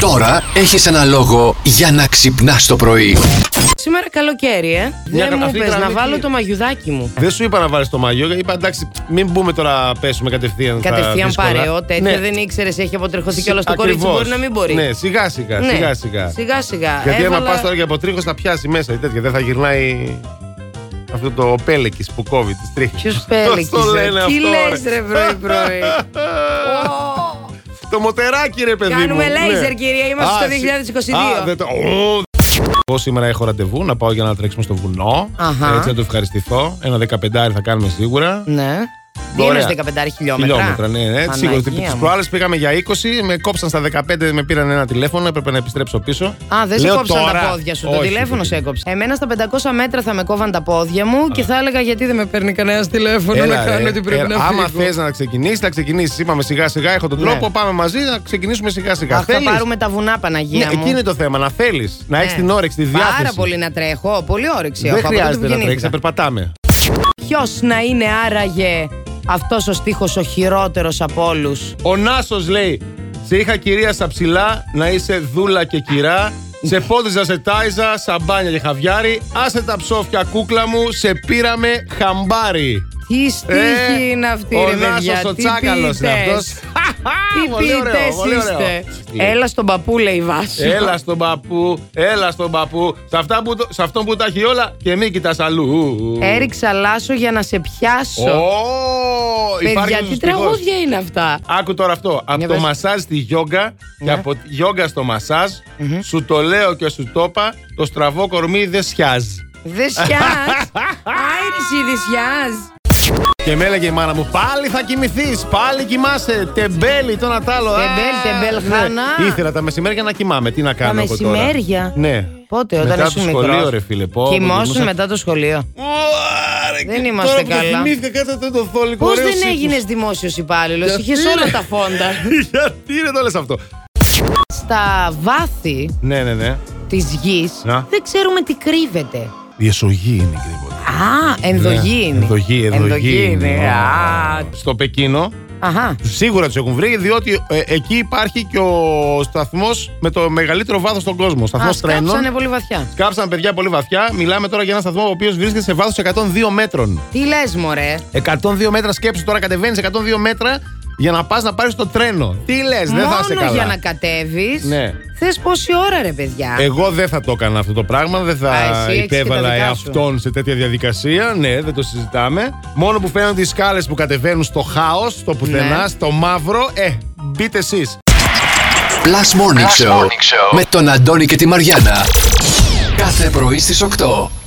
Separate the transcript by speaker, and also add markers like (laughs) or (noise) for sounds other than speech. Speaker 1: Τώρα έχεις ένα λόγο για να ξυπνάς το πρωί.
Speaker 2: Σήμερα καλοκαίρι, ε. Δεν
Speaker 3: Μια
Speaker 2: μου
Speaker 3: καταφύγρα
Speaker 2: πες να
Speaker 3: μικρή.
Speaker 2: βάλω το μαγιουδάκι μου.
Speaker 3: Δεν σου είπα να βάλεις το μαγιό, είπα εντάξει, μην μπούμε τώρα πέσουμε κατευθείαν. στα
Speaker 2: Κατευθείαν
Speaker 3: δύσκολα.
Speaker 2: παρεό, τέτοιο
Speaker 3: Ναι.
Speaker 2: δεν ήξερε, έχει αποτρεχωθεί κιόλα το
Speaker 3: Ακριβώς.
Speaker 2: κορίτσι. Μπορεί να μην μπορεί.
Speaker 3: Ναι, σιγά σιγά.
Speaker 2: Ναι.
Speaker 3: σιγά, σιγά.
Speaker 2: Σιγά σιγά.
Speaker 3: Γιατί άμα
Speaker 2: Έβαλα-
Speaker 3: πας τώρα για αποτρίχο θα πιάσει μέσα ή τέτοια. Δεν θα γυρνάει αυτό το ο πέλεκης που κόβει τις τρίχες. (laughs)
Speaker 2: Ποιος πέλεκης,
Speaker 3: το
Speaker 2: ρε.
Speaker 3: λένε
Speaker 2: Τι
Speaker 3: αυτό.
Speaker 2: λες, ρε,
Speaker 3: (laughs)
Speaker 2: πρωί-πρωί. Ω,
Speaker 3: το μοτεράκι, ρε παιδί.
Speaker 2: Κάνουμε
Speaker 3: μου. Ναι.
Speaker 2: λέιζερ, κυρία, είμαστε
Speaker 3: Α,
Speaker 2: στο
Speaker 3: σι-
Speaker 2: 2022.
Speaker 3: Α, δεν το- Ω, εγώ σήμερα έχω ραντεβού να πάω για να τρέξουμε στο βουνό.
Speaker 2: Αχα.
Speaker 3: Έτσι να το ευχαριστηθώ. Ένα 15 θα κάνουμε σίγουρα.
Speaker 2: Ναι.
Speaker 3: Ωραία.
Speaker 2: Δίνεις 15 χιλιόμετρα.
Speaker 3: ναι, ναι.
Speaker 2: Παναγία
Speaker 3: Σίγουρα.
Speaker 2: μου.
Speaker 3: Τι προάλλες πήγαμε για 20, με κόψαν στα 15, με πήραν ένα τηλέφωνο, έπρεπε να επιστρέψω πίσω.
Speaker 2: Α, δεν σε
Speaker 3: Λέω
Speaker 2: κόψαν
Speaker 3: τώρα-
Speaker 2: τα πόδια σου. το
Speaker 3: Όχι,
Speaker 2: τηλέφωνο
Speaker 3: παιδί.
Speaker 2: σε έκοψε. Εμένα στα 500 μέτρα θα με κόβαν τα πόδια μου και θα έλεγα γιατί δεν με παίρνει κανένα τηλέφωνο
Speaker 3: Έλα,
Speaker 2: να
Speaker 3: ρε,
Speaker 2: κάνω τι πρέπει
Speaker 3: έλα.
Speaker 2: να
Speaker 3: Άμα
Speaker 2: φύγω.
Speaker 3: θες να ξεκινήσεις, θα ξεκινήσεις. Είπαμε σιγά σιγά, έχω τον
Speaker 2: Ναι.
Speaker 3: τρόπο, πάμε μαζί να ξεκινήσουμε σιγά σιγά.
Speaker 2: Αχ, θα πάρουμε τα βουνά, Παναγία
Speaker 3: Ναι,
Speaker 2: μου.
Speaker 3: εκεί είναι το θέμα, να θέλεις, να έχεις
Speaker 2: Ναι.
Speaker 3: την όρεξη, τη διάθεση.
Speaker 2: Πάρα πολύ να τρέχω. Πολύ όρεξη έχω.
Speaker 3: Δεν
Speaker 2: από τότε που
Speaker 3: χρειάζεται να
Speaker 2: γεννήθηκα.
Speaker 3: τρέξεις, να περπατάμε.
Speaker 2: Ποιος να είναι άραγε αυτός ο στίχος ο χειρότερος από όλους.
Speaker 3: Ο Νάσος λέει: Σε είχα κυρία στα ψηλά, να είσαι δούλα και κυρά. Σε πόδιζα, σε τάιζα, σαμπάνια και χαβιάρι. Άσε τα ψόφια, κούκλα μου, σε πήραμε χαμπάρι.
Speaker 2: Τι στίχη
Speaker 3: Ε,
Speaker 2: είναι αυτή,
Speaker 3: ο
Speaker 2: ρε παιδιά.
Speaker 3: Νάσος ο
Speaker 2: τι
Speaker 3: Τσάκαλος είναι
Speaker 2: ποιητές.
Speaker 3: αυτός.
Speaker 2: Τι
Speaker 3: Πολύ ωραίο,
Speaker 2: ποιητές
Speaker 3: πολύ ωραίο. Ε,
Speaker 2: είστε. Έλα στον παππού, λέει η Βάση.
Speaker 3: Έλα στον παππού, έλα στον παππού. Σε, αυτά που, το- σε αυτόν που τα έχει όλα και μην κοιτάς αλλού.
Speaker 2: Έριξα λάσο για να σε πιάσω.
Speaker 3: Ω, υπάρχει
Speaker 2: Παιδιά,
Speaker 3: ο
Speaker 2: τι
Speaker 3: στιχός.
Speaker 2: τραγούδια είναι αυτά.
Speaker 3: Άκου τώρα αυτό. Από
Speaker 2: Για
Speaker 3: το
Speaker 2: πες.
Speaker 3: μασάζ στη γιόγκα και
Speaker 2: Ναι.
Speaker 3: από τη γιόγκα στο μασάζ, σου το λέω και σου το είπα, το στραβό κορμί δεν σιάζει. (laughs)
Speaker 2: Δεσιάς. Άιριση δεσιάς.
Speaker 3: Και με έλεγε η μάνα μου, πάλι θα κοιμηθείς, πάλι κοιμάσαι. Τεμπέλη, το να τ' άλλο.
Speaker 2: Τεμπέλη,
Speaker 3: Α,
Speaker 2: τεμπέλ,
Speaker 3: ναι.
Speaker 2: χάνα.
Speaker 3: Ήθελα τα μεσημέρια να κοιμάμαι. Τι να κάνω από τώρα.
Speaker 2: μεσημέρια?
Speaker 3: Ναι.
Speaker 2: Πότε, όταν
Speaker 3: μετά
Speaker 2: ήσουν
Speaker 3: το σχολείο,
Speaker 2: μικρός.
Speaker 3: ρε φίλε. Πω, πω,
Speaker 2: Κοιμόσουν
Speaker 3: κοιμούσα-
Speaker 2: μετά το σχολείο.
Speaker 3: Ωάρε,
Speaker 2: Δεν
Speaker 3: και
Speaker 2: είμαστε
Speaker 3: τώρα που το
Speaker 2: καλά.
Speaker 3: Θυμήθηκα κάτι αυτό το θόλικο.
Speaker 2: Πώ
Speaker 3: ωραίο
Speaker 2: δεν
Speaker 3: σύγχρονο.
Speaker 2: έγινες δημόσιος υπάλληλος,
Speaker 3: Γιατί,
Speaker 2: είχες
Speaker 3: ρε?
Speaker 2: όλα τα φόντα.
Speaker 3: (laughs) Γιατί ρε το λες αυτό.
Speaker 2: Στα βάθη
Speaker 3: Ναι, ναι, ναι.
Speaker 2: της γης
Speaker 3: Να.
Speaker 2: δεν ξέρουμε τι κρύβεται.
Speaker 3: Η εσωγή είναι, κύριε Βόλτα.
Speaker 2: Α, ενδογή είναι.
Speaker 3: Ναι, Ενδογή, ενδογή
Speaker 2: είναι.
Speaker 3: είναι.
Speaker 2: Α,
Speaker 3: Στο Πεκίνο
Speaker 2: Αχά.
Speaker 3: σίγουρα τους έχουν βρει, διότι ε, εκεί υπάρχει και ο σταθμός με το μεγαλύτερο βάθος στον κόσμο.
Speaker 2: Α,
Speaker 3: Σταθμό
Speaker 2: σκάψανε
Speaker 3: τρένων.
Speaker 2: πολύ βαθιά.
Speaker 3: Κάψαν παιδιά πολύ βαθιά. Μιλάμε τώρα για ένα σταθμό ο οποίος βρίσκεται σε βάθος 102 μέτρων.
Speaker 2: Τι λες, μωρέ.
Speaker 3: 102 μέτρα σκέψου τώρα, κατεβαίνεις 102 μέτρα για να πας να πάρεις το τρένο. Τι λες, δεν θα είσαι
Speaker 2: Μόνο
Speaker 3: καλά.
Speaker 2: για να κατέβεις.
Speaker 3: Ναι.
Speaker 2: Θες πόση ώρα, ρε παιδιά.
Speaker 3: Εγώ δεν θα το έκανα αυτό το πράγμα, δεν θα
Speaker 2: Α, εσύ έχεις και
Speaker 3: υπέβαλα
Speaker 2: τα δικά σου.
Speaker 3: εαυτόν σε τέτοια διαδικασία. Ναι, δεν το συζητάμε. Μόνο που φαίνονται οι σκάλες που κατεβαίνουν στο χάος, στο πουθενά,
Speaker 2: Ναι.
Speaker 3: στο μαύρο. Ε, μπείτε εσείς.
Speaker 1: Plus Morning, Show, με τον Αντώνη και τη Μαριάνα. Κάθε πρωί στις 8.